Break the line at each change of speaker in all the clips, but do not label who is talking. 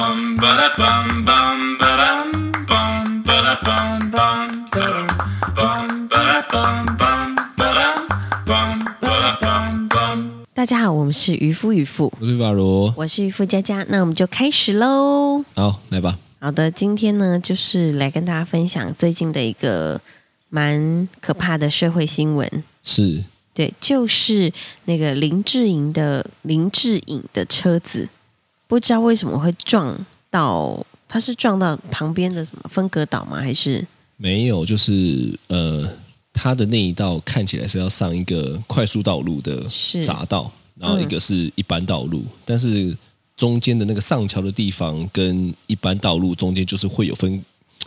ba da bum bum ba dum bum ba da bum bum ba dum bum ba da bum bum ba dum bum ba da bum bum.
大家好，我们是渔夫渔妇，
我是法如，
我是渔夫佳佳，那我们就开始喽。
好，来吧。
好的，今天呢，就是来跟大家分享最近的一个蛮可怕的社会新闻，
是
对，就是那个林志颖的林志颖的车子，不知道为什么会撞到，他是撞到旁边的什么分隔岛吗？还是
没有，就是呃，它的那一道看起来是要上一个快速道路的
是嗯
匝道，然后一个是一般道路，但是中间的那个上桥的地方跟一般道路中间就是会有分。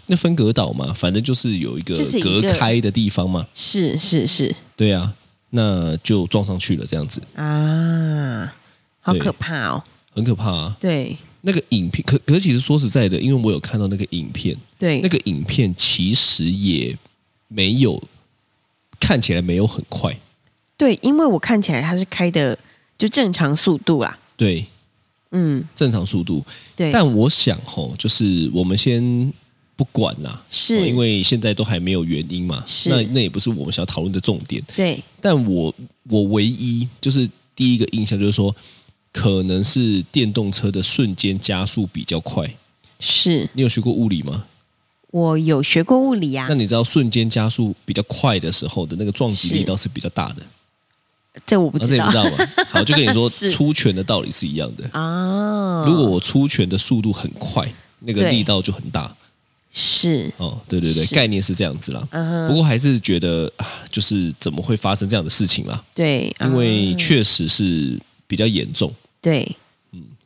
那分隔岛嘛，反正就是有一个
就是一
隔
个
开的地方嘛，
是是是
对啊，那就撞上去了，这样子
啊，好
对
可怕哦！
很可怕啊。
对
那个影片，可可是其实说实在的，因为我有看到那个影片，
对，
那个影片其实也没有看起来没有很快，
对，因为我看起来他是开的就正常速度啦。
对，
嗯，
正常速度。
对，
但我想吼，就是我们先不管啦，
是
哦因为现在都还没有原因嘛，
是
那那也不是我们想要讨论的重点。
对
但我我唯一就是第一个印象就是说，可能是电动车的瞬间加速比较快。
是
你有学过物理吗？
我有学过物理啊
那，你知道瞬间加速比较快的时候的那个撞击
是
力道是比较大的。
这我不
啊，这
知
也
道
不知道嘛？好，就跟你说，
是
出拳的道理是一样的。
啊。
如果我出拳的速度很快，那个
对
力道就很大。
是
哦，对对对，
是
概念是这样子啦。
嗯哼
不过还是觉得啊，就是怎么会发生这样的事情啦？
对，
因为
啊
确实是比较严重，
对。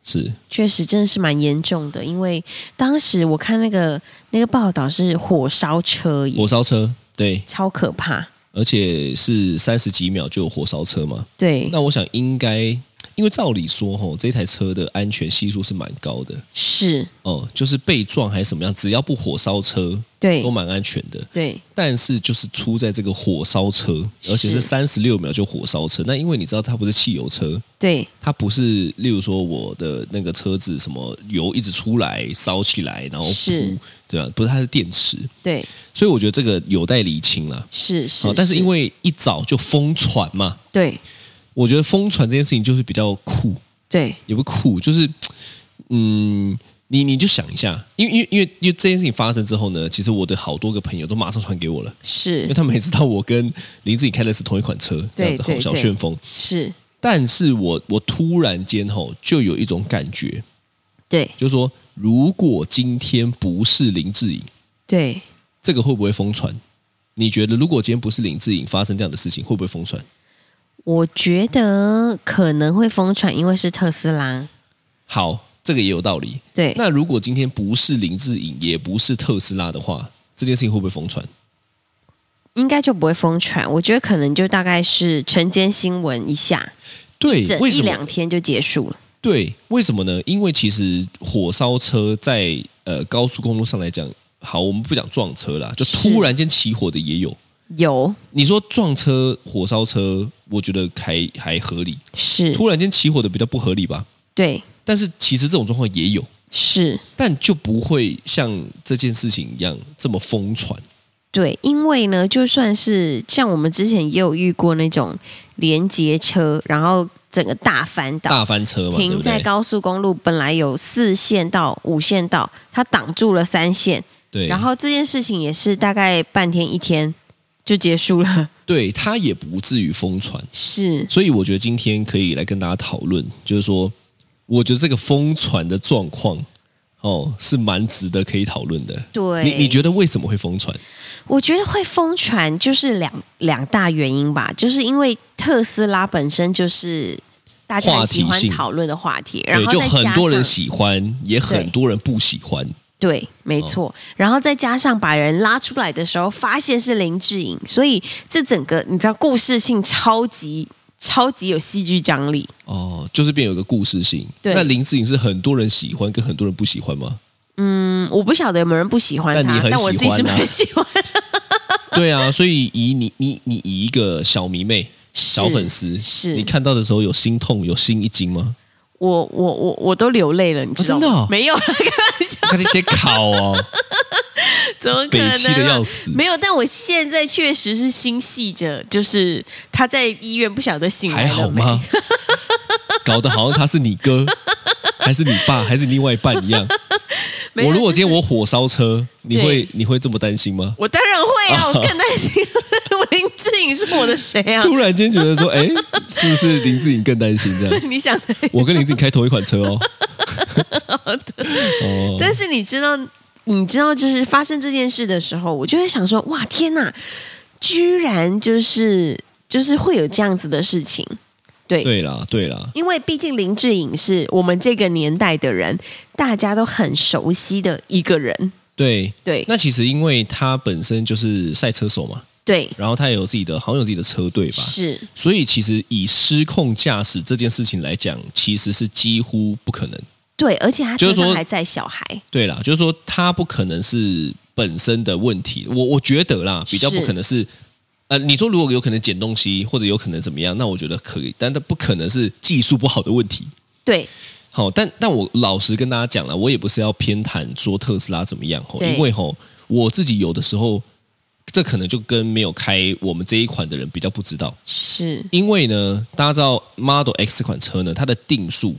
是
确实真的是蛮严重的，因为当时我看那个那个报道是火烧车
火
耶，
烧车。对，
超可怕。
而且是三十几秒就有火烧车嘛。
对，
那我想应该，因为照理说，吼，这台车的安全系数是蛮高的
是，
哦，就是被撞还是怎么样，只要不火烧车，
对
都，蛮安全的。
对，
但是就是出在这个火烧车，
是
而且是三十六秒就火烧车。那因为你知道它不是汽油车，
对，
它不是例如说我的那个车子什么油一直出来烧起来，然后
是
噗对吧？不是，它是电池，
对，
所以我觉得这个有待厘清啦。
是
啊
是，，
但是因为一早就疯传嘛，
对
我觉得疯传这件事情就是比较酷，
对
也不酷，就是嗯，你你就想一下，因为因为因为因为这件事情发生之后呢，其实我的好多个朋友都马上传给我了。因为
是
他们也知道我跟林志颖开的是同一款车，这样
对
子吼
对
小旋风。
是，
但是我我突然间吼就有一种感觉，
对
就是说，如果今天不是林志颖，
对，
这个会不会疯传？你觉得如果今天不是林志颖发生这样的事情，会不会疯传？
我觉得可能会疯传，因为是特斯拉。
好，这个也有道理。
对，
那如果今天不是林志颖，也不是特斯拉的话，这件事情会不会疯传？
应该就不会疯传。我觉得可能就大概是晨间新闻一下，
对，
整
为
一
什么
两？天就结束了。
对，为什么呢？因为其实火烧车在呃高速公路上来讲，好，我们不讲撞车啦，就是突然间起火的也有。
有
你说撞车、火烧车，我觉得还还合理，
是，
突然间起火的比较不合理吧。
对
但是其实这种状况也有，
是，
但就不会像这件事情一样这么疯传。
对，因为呢，就算是像我们之前也有遇过那种连接车，然后整个大翻倒。
大翻车嘛，对
停
不
在
对？
高速公路，本来有四线道、五线道，它挡住了三线，
对，
然后这件事情也是大概半天一天就结束了。
对他也不至于疯传。
是，
所以我觉得今天可以来跟大家讨论，就是说，我觉得这个疯传的状况，哦，是蛮值得可以讨论的。
对。
你你觉得为什么会疯传？
我觉得会疯传就是两两大原因吧，就是因为特斯拉本身就是大家
话
喜
题
欢
性
讨论的话题，然
对，
后
就
再加
很
上
多人喜欢，也很
对
多人不喜欢。
对，没
哦
错，然后再加上把人拉出来的时候发现是林志颖，所以这整个你知道故事性超级超级有戏剧张力。
哦，就是变有一个故事性。
对
那林志颖是很多人喜欢跟很多人不喜欢吗？
嗯，我不晓得有没有人不喜欢
但
他
你，很
但我自己是
喜欢啊
蛮喜欢。
对啊，所以以你你你以一个小迷妹、小粉丝，
是
你看到的时候有心痛、有心一惊吗？
我我我我都流泪了，你知道
哦真的
吗？
哦
没有啦， 开玩笑，
他那些烤哦，
怎么可
北
能啊？
七的要死，
没有，但我现在确实是心系着，就是他在医院不晓得醒来
还
了
好
没？
吗？ 搞得好像他是你哥，还是你爸，还是另外一半一样。
没有
我如果
就是
今天我火烧车，你
对
会你会这么担心吗？
我当然会啊，我更担 心我林志颖是我的谁啊？
突然间觉得 说，哎，是不是林志颖更担心这样？
你想的
我跟林志颖开同一款车哦。 哦，
但是你知道，你知道，就是发生这件事的时候，我就会想说，哇，天哪，居然就是就是会有这样子的事情，对。
对啦，对啦，
因为毕竟林志颖是我们这个年代的人，大家都很熟悉的一个人，
对。
对
那其实因为他本身就是赛车手嘛，
对，
然后他也有自己的，好像有自己的车队吧，
是
所以其实以失控驾驶这件事情来讲，其实是几乎不可能。
对，而且他
就是
车
说
上还载小孩，
对啦，就是说他不可能是本身的问题，我我觉得啦，比较
是
不可能是。呃，你说如果有可能捡东西，或者有可能怎么样，那我觉得可以，但它不可能是技术不好的问题。
对，
好，但但我老实跟大家讲了，我也不是要偏袒说特斯拉怎么样吼，
对
因为吼我自己有的时候，这可能就跟没有开我们这一款的人比较不知道，
是
因为呢，大家知道 Model X 这款车呢，它的定速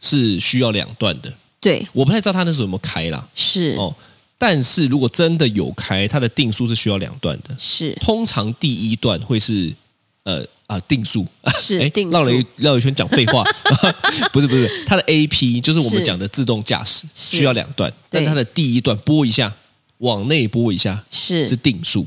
是需要两段的，
对，
我不太知道它那时候有没有开啦，
是、
哦，但是如果真的有开，它的定速是需要两段的，
是
通常第一段会是呃啊定速，
是
诶
哦定速
哎绕了一绕了一圈讲废话， 不是不是，它的 A P 就是我们
是
讲的自动驾驶
是
需要两段，但
对
它的第一段拨一下，往内拨一下
是
是
是
定速，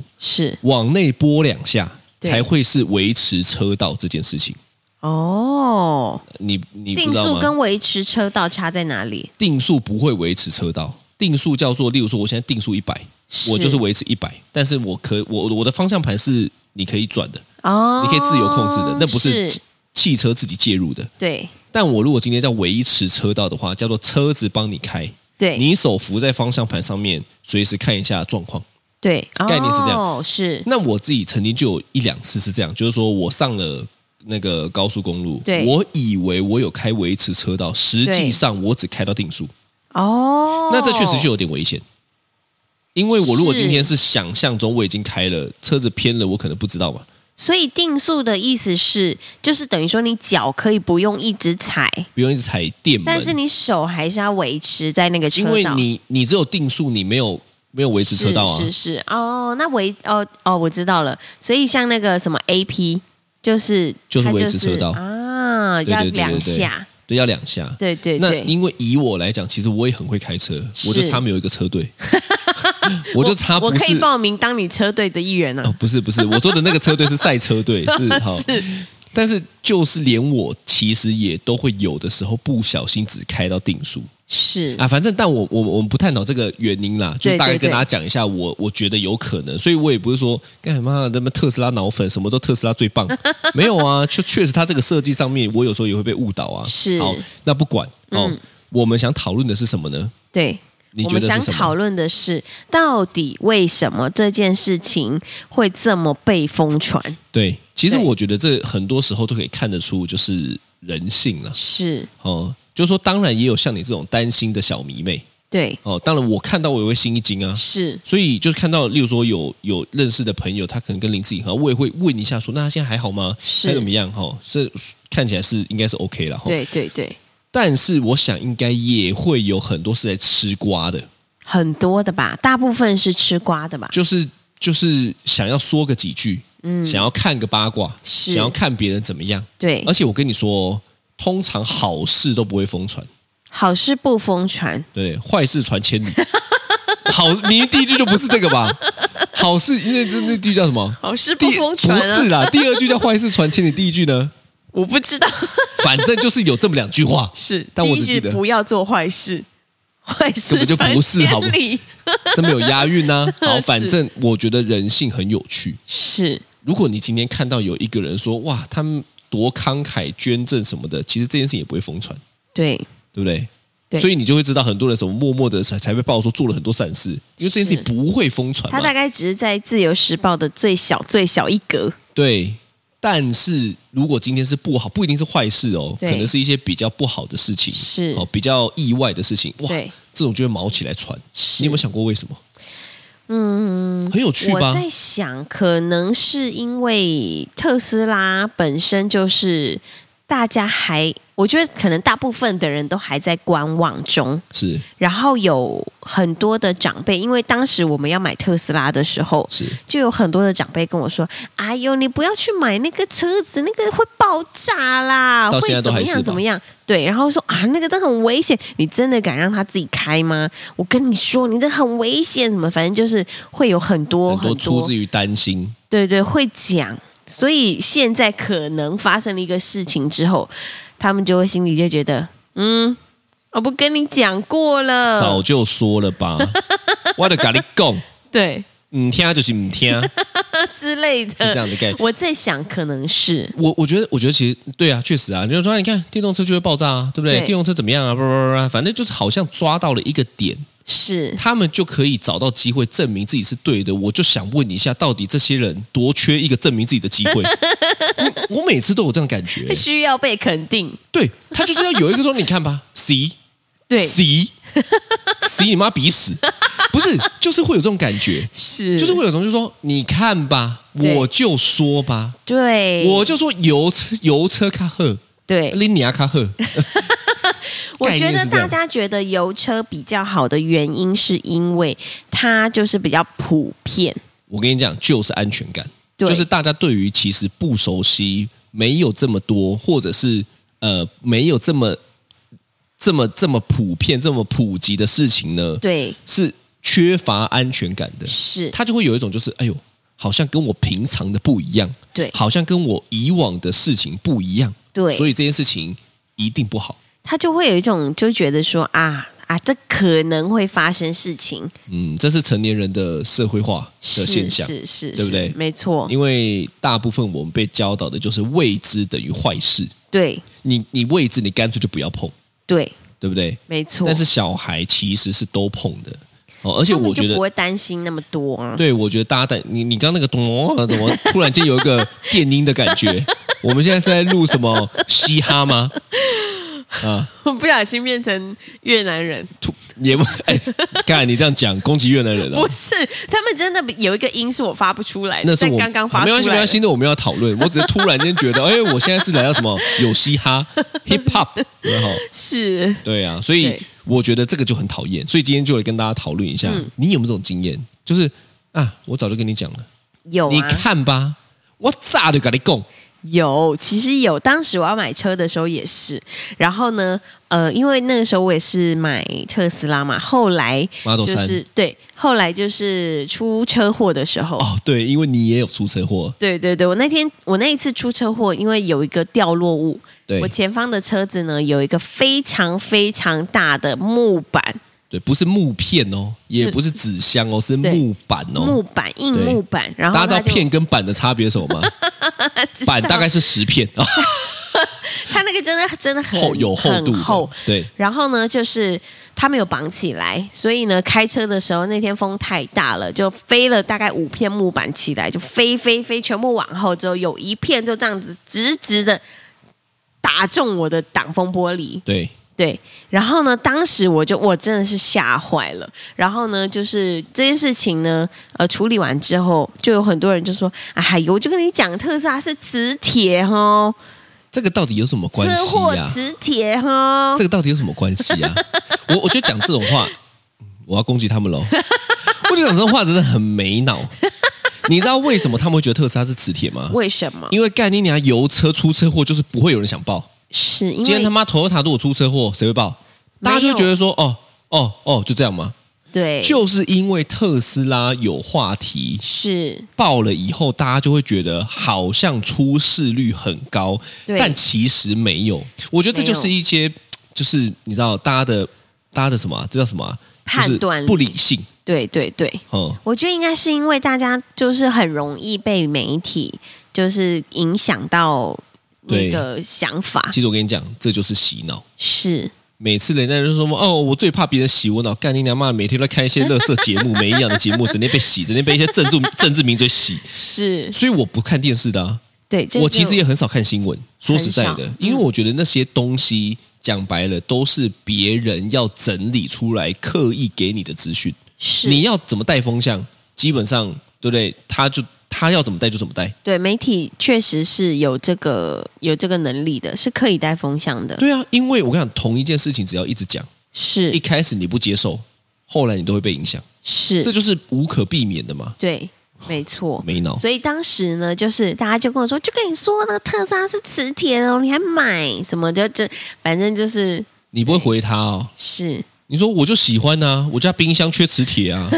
往内拨两下
对
才会是维持车道这件事情。
哦，
你你不
定
知道
速
吗？
跟维持车道差在哪里？
定速不会维持车道，定速叫做，例如说我现在定速一百，
是
我就是维持一百，但是我可我我的方向盘是你可以转的，
哦，
你可以自由控制的，那不是汽汽车自己介入的。
对
但我如果今天叫维持车道的话，叫做车子帮你开，
对，
你手扶在方向盘上面，随时看一下状况。
对
概念是这样
哦，是
那我自己曾经就有一两次是这样，就是说我上了。那个高速公路，
对
我以为我有开维持车道，实际
对
上我只开到定速，
哦，
那这确实就有点危险。因为我如果
是
今天是想象中我已经开了车子偏了，我可能不知道嘛。
所以定速的意思是，就是等于说你脚可以不用一直踩，
不用一直踩电门，
但是你手还是要维持在那个车
因
道。
为你你只有定速，你没有没有维持车道啊。
是是是哦，那维哦哦，我知道了。所以像那个什么 AP，就是
就是
它
维持车道
啊，
对
要
对对对
两下，
对，要两下。
对对
那
对，
因为以我来讲，其实我也很会开车，
是
我就差没有一个车 队，我就差
我
不
可以
是
报名当你车队的一员
哦
啊，，
不是不是，我说的那个车队是赛车 队，是好，但是就是连我其实也都会有的时候不小心只开到定速，
是
啊，反正但我我我们不探讨这个原因啦，就
对
大概
对
跟
对
大家讲一下我，我觉得有可能，所以我也不是说干什么那么特斯拉脑粉，什么都特斯拉最 棒，没有啊，确确实它这个设计上面，我有时候也会被误导啊。
是
好，那不管哦，我们想讨论的是什么呢？
对。
你
我
觉
们
得
想
是什
讨
么？
论的是，到底为什么这件事情会这么被疯传？
对，其实
对
我觉得这很多时候都可以看得出，就是人性了
是
哦。就是说，当然也有像你这种担心的小迷妹
对，
哦。当然，我看到我也会心一惊啊。
是
所以就是看到，例如说有有认识的朋友，他可能跟林志颖合，我也会问一下说，那他现在还好吗？
是
还怎么样？哈、这看起来是应该是 OK 了哈。吼
对对对，
但是我想应该也会有很多是在吃瓜的，
很多的吧，大部分是吃瓜的吧？
就是就是想要说个几句，嗯，想要看个八卦，
是
想要看别人怎么样。
对
而，且我跟你说哦，通常好事都不会疯传，
好事不疯传，
对，坏事传千 里。好，你第一句就不是这个吧？好事，因为这那句叫什么？
好事
第不是啦，第二句叫坏事传千里，第一 句呢，
啊我不知道
反正就是有这么两句话。
是，
但我
第
只
一
记
句
得
不要做坏事，坏事
根本就不是
传
好不
千里
这么有押韵 呢、好，
是
反正我觉得人性很有趣。
是
如果你今天看到有一个人说哇，他们多慷慨捐赠什么的，其实这件事情也不会疯传，
对
对不对？
对，
所以你就会知道很多人什么默默的才才被爆说做了很多善事，因为这件事情
是
不会疯传
他大
嘛。
概只是在《自由时报》的最小最小一格，
对，但是如果今天是不好，不一定是坏事哦，可
对
能是一些比较不好的事情，
是
哦，比较意外的事情，哇
对，
这种就会毛起来喘。
是
你有没有想过为什么？
嗯，
很有趣
我
吧？
在想，可能是因为特斯拉本身就是大家还，我觉得可能大部分的人都还在观望中，
是
然后有很多的长辈，因为当时我们要买特斯拉的时候，
是，
就有很多的长辈跟我说：“哎呦，你不要去买那个车子，那个会爆炸啦，
到
会
现在都
怎么
还是吧
样怎么样？”对，然后说啊，那个真的很危险，你真的敢让他自己开吗？我跟你说，你这很危险，什么，反正就是会有很多
很多出
多
自于担心，
对对，会讲。所以现在可能发生了一个事情之后，他们就会心里就觉得，嗯，我不跟你讲过了，
早就说了 吧，我的咖喱贡，
对
唔听就是唔听，是
之类的。
这样的概念。
我在想，可能是
我我觉得，我觉得其实对啊，确实啊，你就说啊你看电动车就会爆炸啊，对不对？
对
电动车怎么样啊？不不不不，反正就是好像抓到了一个点，
是
他们就可以找到机会证明自己是对的。我就想问你一下，到底这些人多缺一个证明自己的机 会？我我每次都有这样的感觉，
需要被肯定。
对他就是要有一个说，你看吧，C
对，
C C，你妈鼻屎，不是，就是会有这种感觉，
是
就是会有种就是说，你看吧，
对
我就说吧，
对，
我就说油车油车卡赫，
对，
林尼亚卡赫，
我
概
觉
念
得
是这
大
样
家觉得油车比较好的原因，是因为它就是比较普遍。
我跟你讲，就是安全感，
对
就是大家对于其实不熟悉、没有这么多，或者是呃没有这么这么这么普遍、这么普及的事情呢，
对，
是缺乏安全感的。
是，
他就会有一种就是，哎呦，好像跟我平常的不一样，
对
好像跟我以往的事情不一样，
对
所以这件事情一定不好。
他就会有一种就觉得说啊啊，这可能会发生事情，
嗯，这是成年人的社会化的现
是
象，
是是，
对不
是
对
没错，
因为大部分我们被教导的就是未知等于坏事，
对
你你位置你干脆就不要碰，
对，
对不对？
没错。
但是小孩其实是都碰的哦，而且
他们
我觉
就
得
不，会担心那么多啊。
对我觉得大家在你你刚那个咚啊怎么突然间有一个电音的 感觉？我们现在是在录什么嘻哈吗？啊，
我 不小心变成越南人，
突也不哎，看你这样讲攻击越南人
不
哦，
是，他们真的有一个音是我发不出来的，
那是
但
我
刚刚发
好
出
没
来的。
关系没关系，那我们要讨论，我只是突然间觉得，哎，我现在是来到什么有嘻哈 hip hop，然后
是
对啊，所以
对
我觉得这个就很讨厌，所以今天就来跟大家讨论一下，
嗯
你有没有这种经验？就是啊，我早就跟你讲了，
有
你
啊，
看吧，我咋就跟你讲，
有，其实有。当时我要买车的时候也是，然后呢，呃，因为那个时候我也是买特斯拉嘛，后来
Model
就
3
是对，后来就是出车祸的时候。
哦，对，因为你也有出车祸，
对对对，我那天我那一次出车祸，因为有一个掉落物，
对
我前方的车子呢有一个非常非常大的木板，
对，不是木片哦，也不是纸箱哦，是
对
木板
木
哦。
板硬
对
木板，然后
大家知道
它就
片跟板的差别是什么吗？ 板大概是十片啊，
它那个真的真的很
厚有厚度
很
的
厚，
对，
然后呢，就是他没有绑起来，所以呢，开车的时候那天风太大了，就飞了大概五片木板起来，就飞飞飞，全部往后之后，有一片就这样子直直的打中我的挡风玻璃。
对，
对，然后呢，当时我就我真的是吓坏了。然后呢，就是这件事情呢，呃，处理完之后，就有很多人就说：“哎呦，我就跟你讲，特斯拉是磁铁哦，
这个到底有什么关
车
系
祸
呀？
磁铁哦。”
这个到底有什么关系啊？我我觉得讲这种话，嗯我要攻击他们 喽。我觉得讲这种话真的很没脑。你知道为什么他们会觉得特斯拉是磁铁吗？
为什么？
因为概念你油车出车祸就是不会有人想报。
是因
今天他
为
妈 Toyota 如果出车祸，谁会报？
没
大
有
家就会觉得说，哦哦哦，就这样吗？
对，
就是因为特斯拉有话题
是
爆了以后，大家就会觉得好像出事率很高，
对
但其实没有。我觉得这就是
没
一些，就是你知道大家的大家的什么啊、这叫什么啊、就是
判断力
不理性
对对对，
哦。
我觉得应该是因为大家就是很容易被媒体就是影响到那
对
个想法，
其实我跟你讲，这就是洗脑。
是
每次人家就说哦，我最怕别人洗我脑，干你娘妈！每天都在看一些乐色节目、没营养的节目，整天被洗，整天被一些政治政治名嘴洗，
是，
所以我不看电视的、啊。
对，这
我
就
其实也很少看新闻，说实在
很
的
少，嗯
因为我觉得那些东西讲白了都是别人要整理出来刻意给你的资讯，
是
你要怎么带风向，基本上对不对？他就他要怎么带就怎么带。
对媒体确实是有这个有这个能力的，是可以带风向的，
对啊，因为我跟你讲，同一件事情只要一直讲，一
是
开始你不接受，后来你都会被影响，这
是，
就是无可避免的嘛。
对，没错。
没脑，
所以当时呢，就是大家就跟我说，就跟你说那个特斯拉是磁铁哦，你还买什么？就这，反正就是
你不会回他哦。
是
你说我就喜欢啊，我家冰箱缺磁铁啊，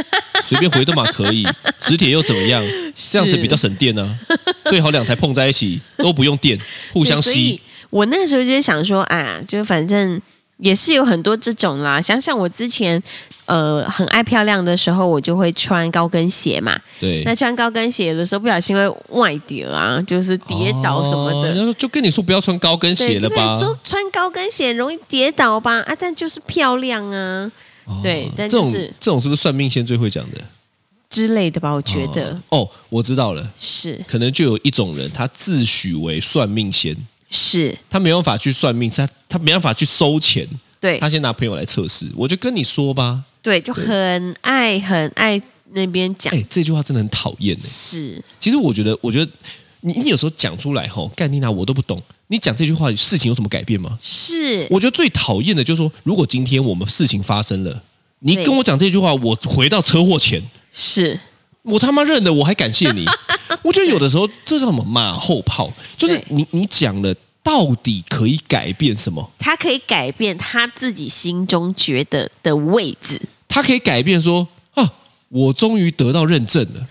随便回都嘛可以， 磁铁又怎么样？这样子比较省电啊，最好两台碰在一起都不用 电，互相
对所以
吸。
我那时候就想说，啊，就反正也是有很多这种啦。想想我之前呃很爱漂亮的时候，我就会穿高跟鞋嘛。
对，
那穿高跟鞋的时候，不小心会外跌啊，就是跌倒什么
哦
的。
人家说就跟你说不要穿高跟
对，
鞋
就
了
跟
吧
你？说穿高跟鞋容易跌倒吧？啊，但就是漂亮啊
哦
对
这
但
种
就是
这种是不是算命先最会讲的？
之类的吧？我觉得、
哦，哦我知道了，
是
可能就有一种人，他自诩为算命仙，
是，
他没办法去算命，他他没办法去收钱，
对
他先拿朋友来测试。我就跟你说吧，
对，就很爱很爱那边讲、
哎，这句话真的很讨厌哎、
是
其实我觉得，我觉得你你有时候讲出来吼，干你娜我都不懂。你讲这句话，事情有什么改变吗？
是，
我觉得最讨厌的就是说，如果今天我们事情发生了，你
对
跟我讲这句话，我回到车祸前，
是
我他妈认了，我还 感谢你。我觉得有的时候这叫什么马后炮，就是
对
你你讲了，到底可以改变什么？
他可以改变他自己心中觉得的位置，
他可以改变说啊，我终于得到认证 了，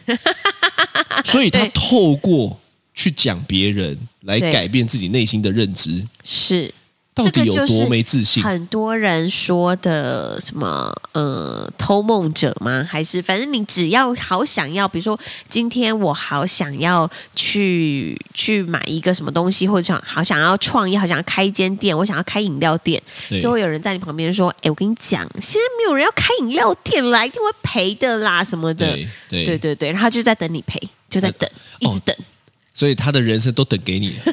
所以他
对
透过去讲别人来
对
改变自己内心的认知，
是
到底有多没自信？
很多人说的什么呃偷梦者吗？还是反正你只要好想要，比如说今天我好想要去去买一个什么东西，或者想好想要创业，好想要开一间店，我想要开饮料店，
对
就会有人在你旁边说：“哎，我跟你讲，现在没有人要开饮料店啦，一定会赔的啦，什么的。”
对对哦
对对对，然后他就在等你赔，就在等，一直等。
所以他的人生都等给你 了。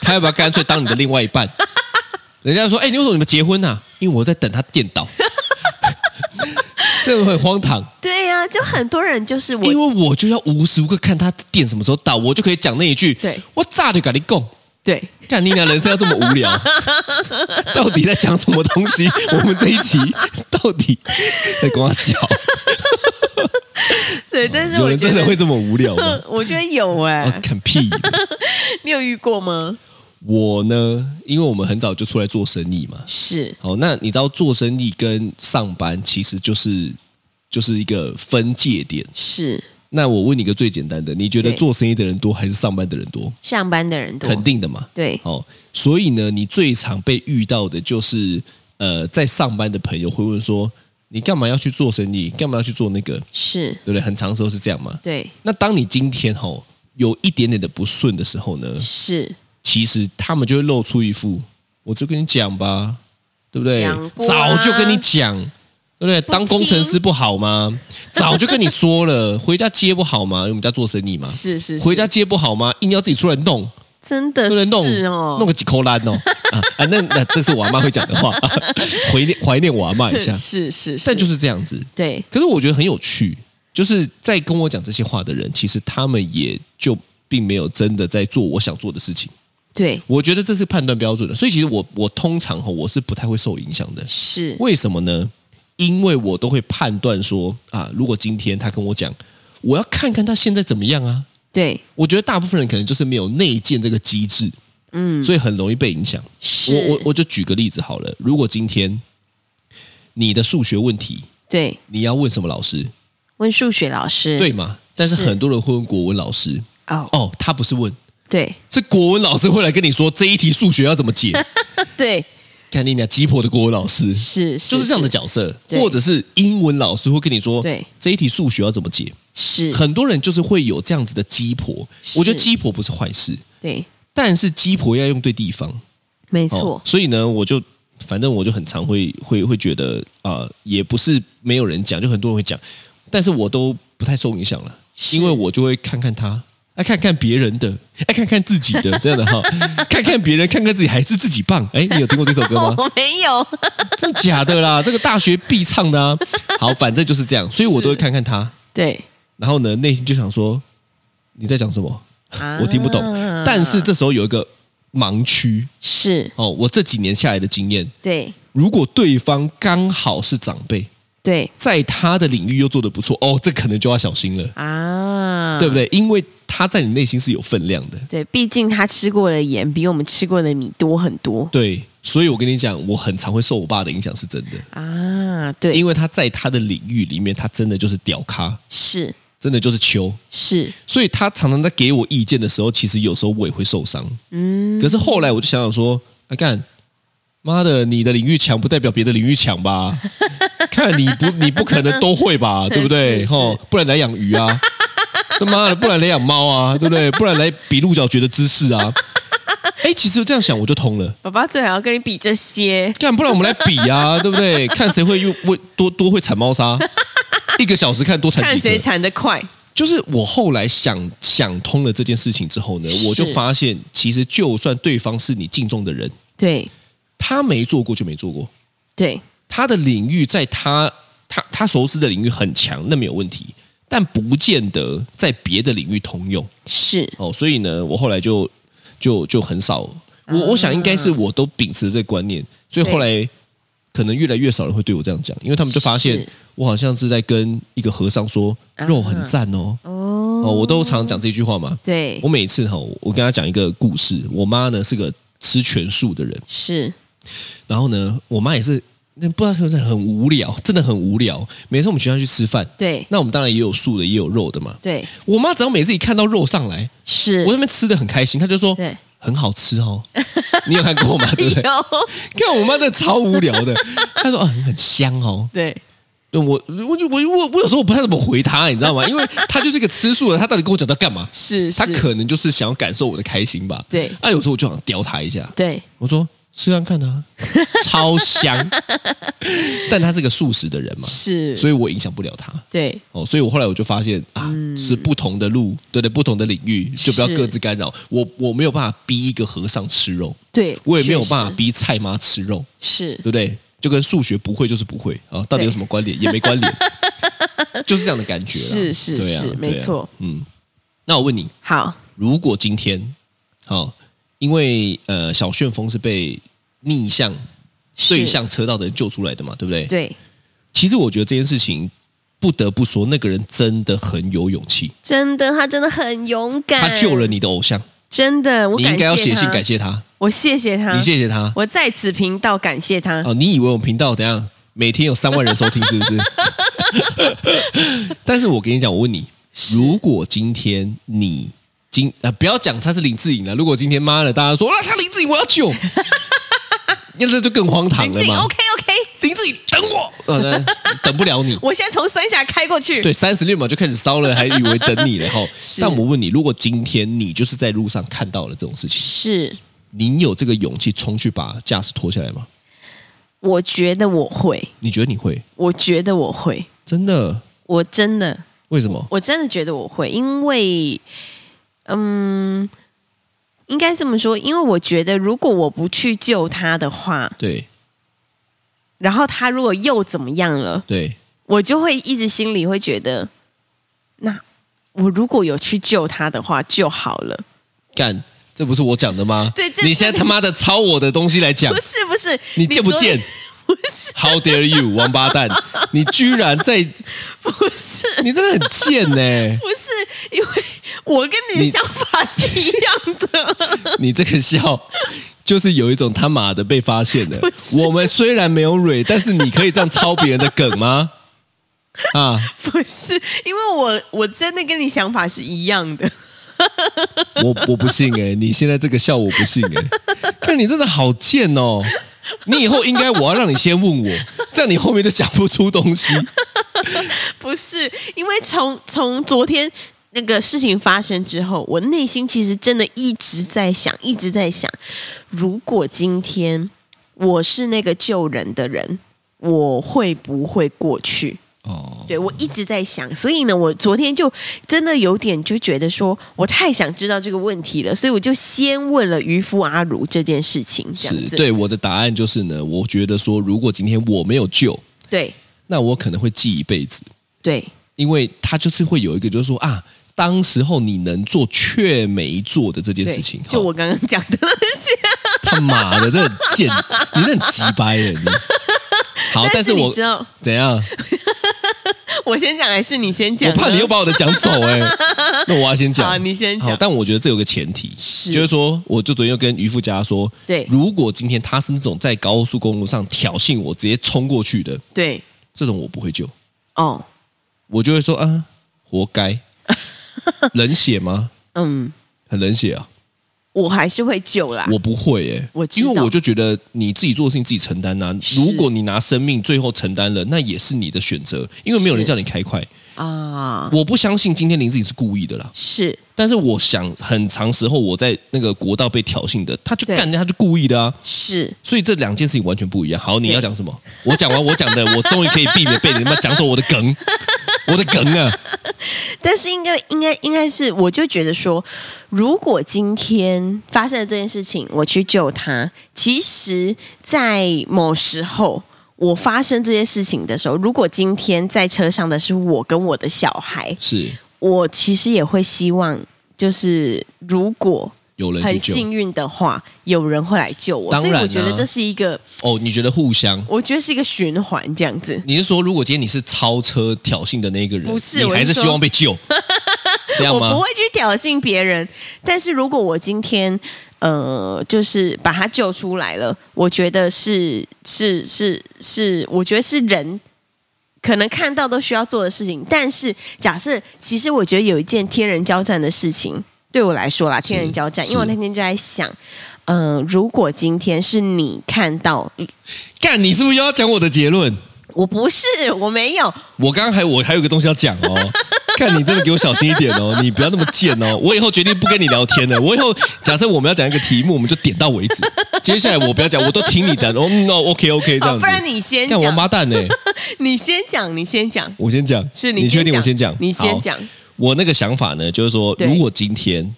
他要不要干脆当你的另外一半？人家说：“哎、你为什么你们结婚呐、啊？”因为我在等他 电倒，这个很荒唐。
对呀、就很多人就是我
因为我就要无时无刻看他电什么时候到，我就可以讲那一句：“
对
我炸就跟你供。”
对
看你俩人生要这么 无聊，到底在讲什么东西？我们这一期到底在跟我笑？
对，但是
哦有
我
人
觉
真
得
的会这么 无聊吗？
我觉得有哎、
我看屁！
你有遇过吗？
我呢，因为我们很早就出来做生意嘛。
是
好，那你知道做生意跟上班其实就是就是一个分界点。
是，
那我问你一个最简单的，你觉得
对
做生意的人多还是上班的人多？
上班的人多，
肯定的嘛。
对
哦，所以呢，你最常被遇到的就是，呃，在上班的朋友会问说，你干嘛要去做生意？干嘛要去做那个？对
是，
不对？很长时候是这样嘛。
对
那当你今天吼、有一点点的不顺的时候呢，
是
其实他们就会露出一副，我就跟你讲吧，对不对
讲？过啊
早就跟你讲，对不对？
不
当工程师不 好吗？早就跟你说了，回家接不好吗？因为我们家做生意嘛，
是是，
回
是
家接不好吗？硬要自己出来弄，
真的
对不对？弄
是哦，。
弄个几口烂哦啊啊！那那这是我阿妈会讲的话， 怀念怀念我阿妈一 下
是是是，
但就是这样子，
对
可是我觉得很有趣，就是在跟我讲这些话的人，其实他们也就并没有真的在做我想做的事情。
对
我觉得这是判断标准的，所以其实我我通常吼我是不太会受影响的。
是，
为什么呢？因为我都会判断说啊，如果今天他跟我讲，我要看看他现在怎么样啊。
对
我觉得大部分人可能就是没有内建这个机制，嗯，所以很容易被影响。
是，
我我我就举个例子好了，如果今天你的数学问题
对
你要问什么老师，
问数学老师，
对吗？但
嗯
是
是
很多人会问国文老师，
哦
哦，他不是问，
对
是国文老师会来跟你说这一题数学要怎么解。
对
看你俩鸡婆的国文老师
是
就是这样的角色，
对
或者是英文老师会跟你说，
对
这一题数学要怎么解。
是
很多人就是会有这样子的鸡婆，
是
我觉得鸡婆不是坏事，
对，
但是鸡婆要用对地方。
没
哦
错，
所以呢，我就反正我就很常会会会觉得啊、呃也不是没有人讲，就很多人会讲，但是我都不太受影响了，因为我就会看看他，哎、爱看看别人的，爱看看自己的，这样的哈、 看看别人，看看自己还是自己棒。哎，你有听过这首歌吗？
我没有，
真的假的啦？这个大学必唱的啊。好，反正就是这样，所以我都会看看他，
对，
然后呢，内心就想说你在讲什么，
啊
我听不懂。但是这时候有一个盲区
是，
哦，我这几年下来的经验，
对
如果对方刚好是长辈，
对
在他的领域又做得不错，哦，这可能就要小心了，
啊，
对不对？因为他在你内心是有分量的。
对，毕竟他吃过的盐比我们吃过的米多很多
对，所以我跟你讲，我很常会受我爸的影响，是真的，
啊。对，
因
为
为他在他的领域里面，他真的就是屌咖，
是
真的就是球，
是，
所以他常常在给我意见的时候，其实有时候我也会受伤。
嗯，
可是后来我就想想说，啊干，妈的，你的领域强不代表别的领域强 吧？看你不你不可能都会吧，对不对？
是是
吼，不然来养鱼啊，他妈的，不然来养猫啊，对不对？不然来比鹿角蕨的姿势 啊。哎，其实这样想我就通了。
爸爸最好要跟你比这些，
干，不然我们来比啊，对不对？看谁会用会多多会铲猫砂，一个小时看多铲
看
几
谁
颗。
产的快。
就是我后来想想通了这件事情之后呢，
是
我就发现，其实就算对方是你敬重的人，
对
他没做过就没做过，
对
他的领域在他他他熟知的领域很强，那没有问题，但不见得在别的领域通用
是，
哦。所以呢，我后来就就就很少，我
嗯
我想应该是我都秉持这个观念，所以后来可能越来越少人会对我这样讲，因为他们就发现
是嗯
我好像是在跟一个和尚说肉很赞哦。
哦
哦，我都常讲这句话嘛。
对
我每次哈，我跟他讲一个故事，我妈呢是个吃全素的人，
是
然后呢，我妈也是，那不知道是不是很无聊，真的很无聊。每次我们学校去吃饭，
对
那我们当然也有素的，也有肉的嘛。
对
我妈只要每次一看到肉上来，
是
我在那边吃的很开心，她就说
对
很好吃 哦。你有看过吗？对不对？
有
看我妈真的超无聊的，她说啊很香哦。
对
我我我我我有时候我不太怎么回她，你知道吗？因为她就是一个吃素的，她到底跟我讲她干嘛？
是
她
是
可能就是想要感受我的开心吧。
对
啊，有时候我就想叼她一下。
对
我说吃看 看啊，超香。但他是个素食的人嘛，
是，
所
以
以我影响不了他。
对
哦，所以我后来我就发现啊，是不同的路，对对，不同的领域就不要
嗯是
各自干扰。我我没有办法逼一个和尚吃肉，
对，
我也没有
确实
办法逼菜妈吃肉，
是
对不对？就跟数学不会就是不会啊，到底
对
有什么关联？也没关 联，就是这样的感觉啦。
是是
对啊
是
对啊
没错
嗯，那我问你，
好
如果今天，好、因为呃，小旋风是被逆向
是
对向车道的人救出来的嘛，对不对？。
对，
其实我觉得这件事情，不得不说，那个人真的很有勇气，
真的他真的很勇敢，
他救了，你的偶像，
真的我
你应该要写信
他
感谢啊他，
我谢谢他，
你谢谢他。
我在此频道感谢他。
哦，你以为我们频道怎样每天有三万人收听是 不是？但是我跟你讲，我问你，如果今天你今啊、不要讲他是林志颖了，如果今天妈的大家说啊他林志颖我要 救，那这就更荒唐
林
了
志颖
嘛。
，OK OK，
林志颖哦等我，啊那等不 了你。
我现在从三峡开过去。
对，三十六秒就开始烧了，还以为等你了 哈。
是
但我问你，如果今天你就是在路上看到了这种事情，
是，
你有这个勇气冲去把驾驶拖下来吗？
我觉得我会，
你觉得你会？
我觉得我会，
真的？
我真的，
为什么？
我真的觉得我会，因为，嗯，应该这么说，因为我觉得如果我不去救他的话，
对
然后他如果又怎么样了，
对，
我就会一直心里会觉得，那我如果有去救他的话就好
嗯
了。
干，这不是我讲的吗？
对这
你现在他妈的抄我的东西来讲
不，是不是，
你贱不
昨天
贱？？How dare you，王八蛋！你居然在，
不是不是。
你真的很贱呢、
不是，因为我跟你
你
的想法是一样的。
你这个笑，就是有一种他妈的被发现的。我们虽然没有蕊，但是你可以这样抄别人的梗吗？啊，
不是，因为我我真的跟你想法是一样的。
我我不信哎、你现在这个笑我不信哎、但你真的好贱哦！你以后应该我要让你先问我，这样你后面就讲不出东西。
不是，因为从从昨天那个事情发生之后，我内心其实真的一直在想，一直在想，如果今天我是那个救人的人，我会不会过去？
哦，
对我一直在想，所以呢，我昨天就真的有点就觉得说，我太想知道这个问题了，所以我就先问了渔夫阿如这件事情，这样
是
子。
对我的答案就是呢，我觉得说，如果今天我没有救，
对
那我可能会记一辈子，
对
因为他就是会有一个，就是说啊，当时候你能做却没做的这件
对
事情，
就
哦
我刚刚讲的那些，
他妈的，这很 贱，你这很鸡掰耶！你。好，但
是
是我
你知道，
怎样？
我先讲还是你先讲
我
呢？
怕你又把我的讲走 哎、那我要先讲，
好你先讲
好，但我觉得这有个前提，就是说，我就昨天又跟渔夫家说，
对
如果今天他是那种在高速公路上挑衅我，直接冲过去的
对
这种，我不会救，
哦，
我就会说啊，活该， 冷血吗？
嗯，
很冷血啊，
我还是会救啦。
我不会
啊
耶、
我知道
因为我就觉得你自己做的事情自己承担呐、啊如果你拿生命最后承担了，那也是你的选择，因为没有人
是
叫你开快。
啊，
我不相信今天林志颖是故意的啦，
是
但是我想，很长时候我在那个国道被挑衅的，他就
对
干，他就故意的啊。
是，
所以这两件事情完全不一样。好，你
对
要讲什么？我讲完我讲的，我终于可以避免被你们讲走我的梗，我的梗 啊！
但是应该应该应该是，我就觉得说，如果今天发生了这件事情，我去救他，其实，在某时候。我发生这些事情的时候，如果今天在车上的是我跟我的小孩，
是
我其实也会希望，就是如果
有人
很
去救
幸运的话，有人会来救我，
当
所
然
以
啊
我觉得这是一个，
哦？你觉得互相？
我觉得是一个循环这样子。
你是说，如果今天你是超车挑衅的那个人，
不是
你
我
还
是
是
说
希望被 救？这样
我
吗
不？会去挑衅别人，但是如果我今天呃，就是把他救出来了，我觉得是是是是，我觉得是人。可能看到都需要做的事情，但是假设其实我觉得有一件天人交战的事情，对我来说啦，天人交战，因为我
是
那天就在想，嗯、如果今天是你看到，嗯
干，你是不是又要讲我的结论？
我不是，我没有，
我刚刚还我还有个东西要讲 哦，看你真的给我小心一点哦，你不要那么贱哦。我以后决定不跟你聊天了。我以后假设我们要讲一个题目，我们就点到为止。接下来我不要讲，我都听你的。哦、嗯、哦，OK OK 这
好，
样子
不。然你先
干王
讲，
八蛋呢、
你先讲，你先讲，
我先讲，
是
你确定我先讲？
你先
好。
讲，
我那个想法呢，就是说，
对
如果今天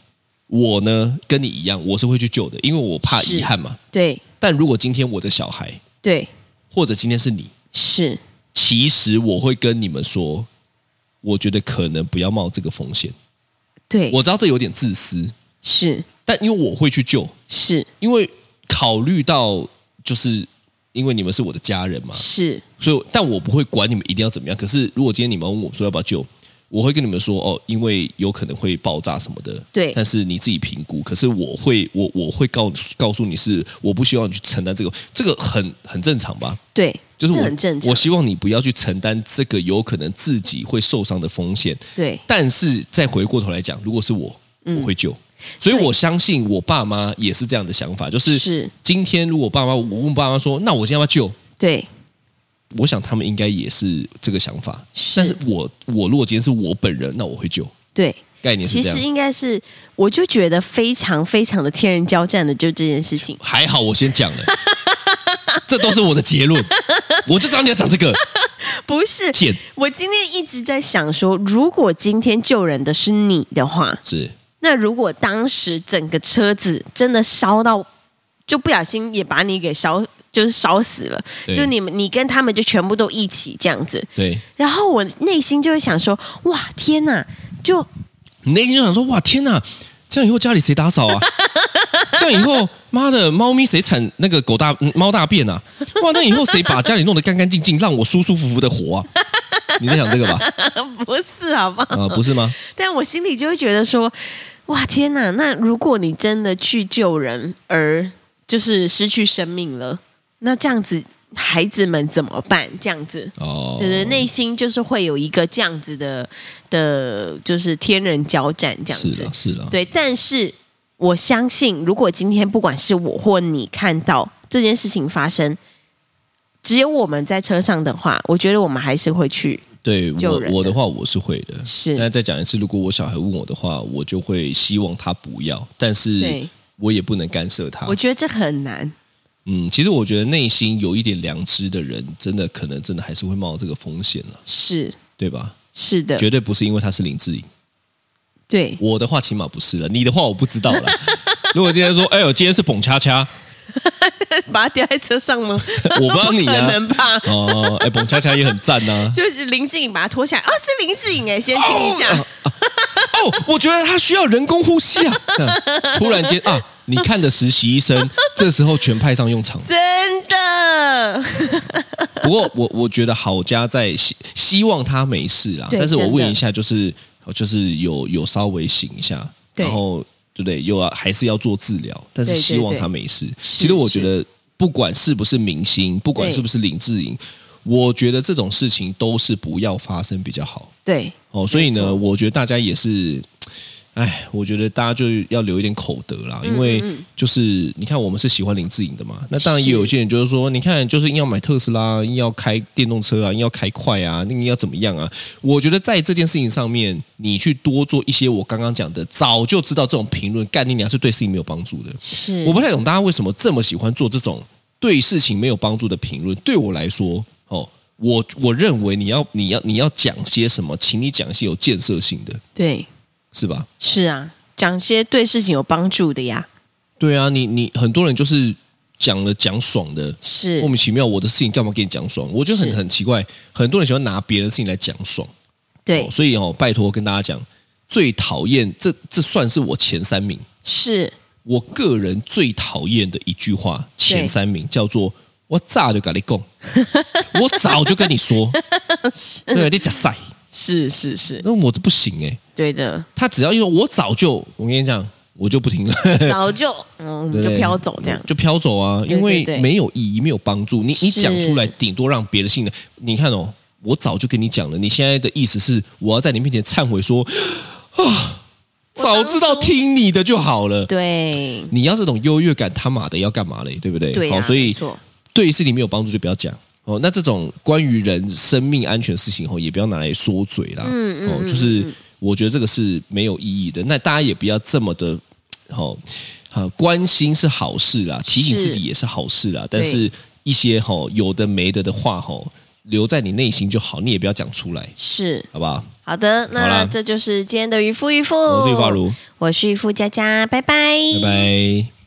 我呢跟你一样，我是会去救的，因为我怕
是
遗憾嘛。
对
但如果今天我的小孩，
对。
或者今天是你，
是
其实我会跟你们说，我觉得可能不要冒这个风险。
对，
我知道这有点自私，
是
但因为我会去救，
是
因为考虑到就是因为你们是我的家人嘛，
是
所以但我不会管你们一定要怎么样。可是如果今天你们问我说要不要救，我会跟你们说哦，因为有可能会爆炸什么的，
对
但是你自己评估。可是我会我我会告告诉你是我不希望你去承担这个，这个很很正常吧。
对，
就是
这
我
很正常，
我希望你不要去承担这个有可能自己会受伤的风险。
对
但是再回过头来讲，如果是我，
嗯
我会救。所以
对
我相信我爸妈也是这样的想法，就是
是
今天如果爸妈我问爸妈说，那我现在要不要救，
对
我想他们应该也是这个想法。
是
但是我我如果今天是我本人，那我会救。
对。
概念
其
是这
实
样。
应该是，我就觉得非常非常的天人交战的，就这件事 情。
还好我先讲了， 这都是我的结论。我就知道你要讲这个
不是，
贱
我今天一直在想说，如果今天救人的是你的话，
是
那如果当时整个车子真的烧到，就不小心也把你给烧，就是烧死了，
对
就你们你跟他们就全部都一起这样子，
对。
然后我内心就会想说，哇，天哪！就
你内心就想说：哇，天哪！这样以后家里谁 打扫啊？这样以后，妈的，猫咪谁铲那个狗大嗯猫大便啊？哇，那以后谁把家里弄得干干净净，让我舒舒服服的活啊？你在想这个 吧？
不是好不好？
啊、不是吗？
但我心里就会觉得说，哇，天哪！那如果你真的去救人，而就是失去生命了，那这样子孩子们怎么办？这样子，
哦，
就是内心就是会有一个这样子的的，就是天人交战这样
是啊
子
了。是了，
对，但是我相信，如果今天不管是我或你看到这件事情发生，只有我们在车上的话，我觉得我们还是会去
对
救
我
人
我的
的
话我是会的。
是
但再讲一次，如果我小孩问我的话，我就会希望他不要，但是
对
我也不能干涉他
我。觉得这很难，
嗯，其实我觉得内心有一点良知的人，真的可能真的还是会冒这个风险了，
是
对吧？
是的，
绝对不是因为他是林志颖，
对，
我的话起码不是了，你的话我不知道了。如果今天说，哎呦，今天是蹦恰恰，
把它丢在车上吗？
我不知道你
可
啊
能，吧。
哦，哎，蹦恰恰也很赞啊 呐、
就是林志颖把它脱下来，哦，是林志颖哎，先听一下，
哦，我觉得他需要人工呼吸啊！突然间啊，你看的实习医生，这时候全派上用场。
真的，
不过我我觉得郝佳在希希望他没事啦，
对
但是我
真的
问一下，就是就是有有稍微醒一下，
对
然后对不对？又要还是要做治疗，但是
对对
希望
对
他没事。其实我觉得，不管是不是明星，不管
对
是不是林志颖，我觉得这种事情都是不要发生比较好。
对，
哦，所以
没
呢，
错
我觉得大家也是，哎，我觉得大家就要留一点口德啦，
嗯
因为就是你看，我们是喜欢林志颖的嘛，那当然也有一些人就是说，你看，就是硬要买特斯拉，硬要开电动车啊，硬要开快啊，那个要怎么样啊？我觉得在这件事情上面，你去多做一些我刚刚讲的，早就知道这种评论概念，你还是对事情没有帮助的。
是
我不太懂大家为什么这么喜欢做这种对事情没有帮助的评论。对我来说，哦，我我认为你要你要你要讲些什么，请你讲一些有建设性的，
对，
是吧？
是啊，讲些对事情有帮助的呀，
对啊，你你很多人就是讲了讲爽的，
是
莫名其妙，我的事情干嘛给你讲爽？我觉得很
是
很奇怪，很多人喜欢拿别人的事情来讲爽。
对
哦，所以哦，拜托跟大家讲，最讨厌这这算是我前三名。
是
我个人最讨厌的一句话，前三名叫做“我早就跟你讲， 我早就跟你说，对你假赛，
是是是，
那我都不行哎、
对的，
他只要一说我早就，我跟你讲，我就不听了，
早就嗯
对
就飘走这样，
就飘走啊，因为
对对对
没有意义，没有帮助。你你
是
讲出来，顶多让别人信任。你看哦，我早就跟你讲了，你现在的意思是我要在你面前忏悔说啊，早知道
当初
听你的就好了。
对
你要这种优越感，他妈的要干嘛嘞？对不对？
对啊
好，所
没
以
错
对事情没有帮助就不要讲。哦，那这种关于人生命安全的事情哦，也不要拿来说嘴啦。
嗯嗯
哦，
嗯
就是我觉得这个是没有意义的。那大家也不要这么的，哦，啊，关心是好事啦，提醒
是
自己也是好事啦。但是一些吼、有的没的的话吼、留在你内心就好，你也不要讲出来，
是
好不好？哦
好的，
好
那
啦
这就是今天的渔夫渔夫，
我是玉发如，
我是渔夫佳佳，拜拜，
拜拜。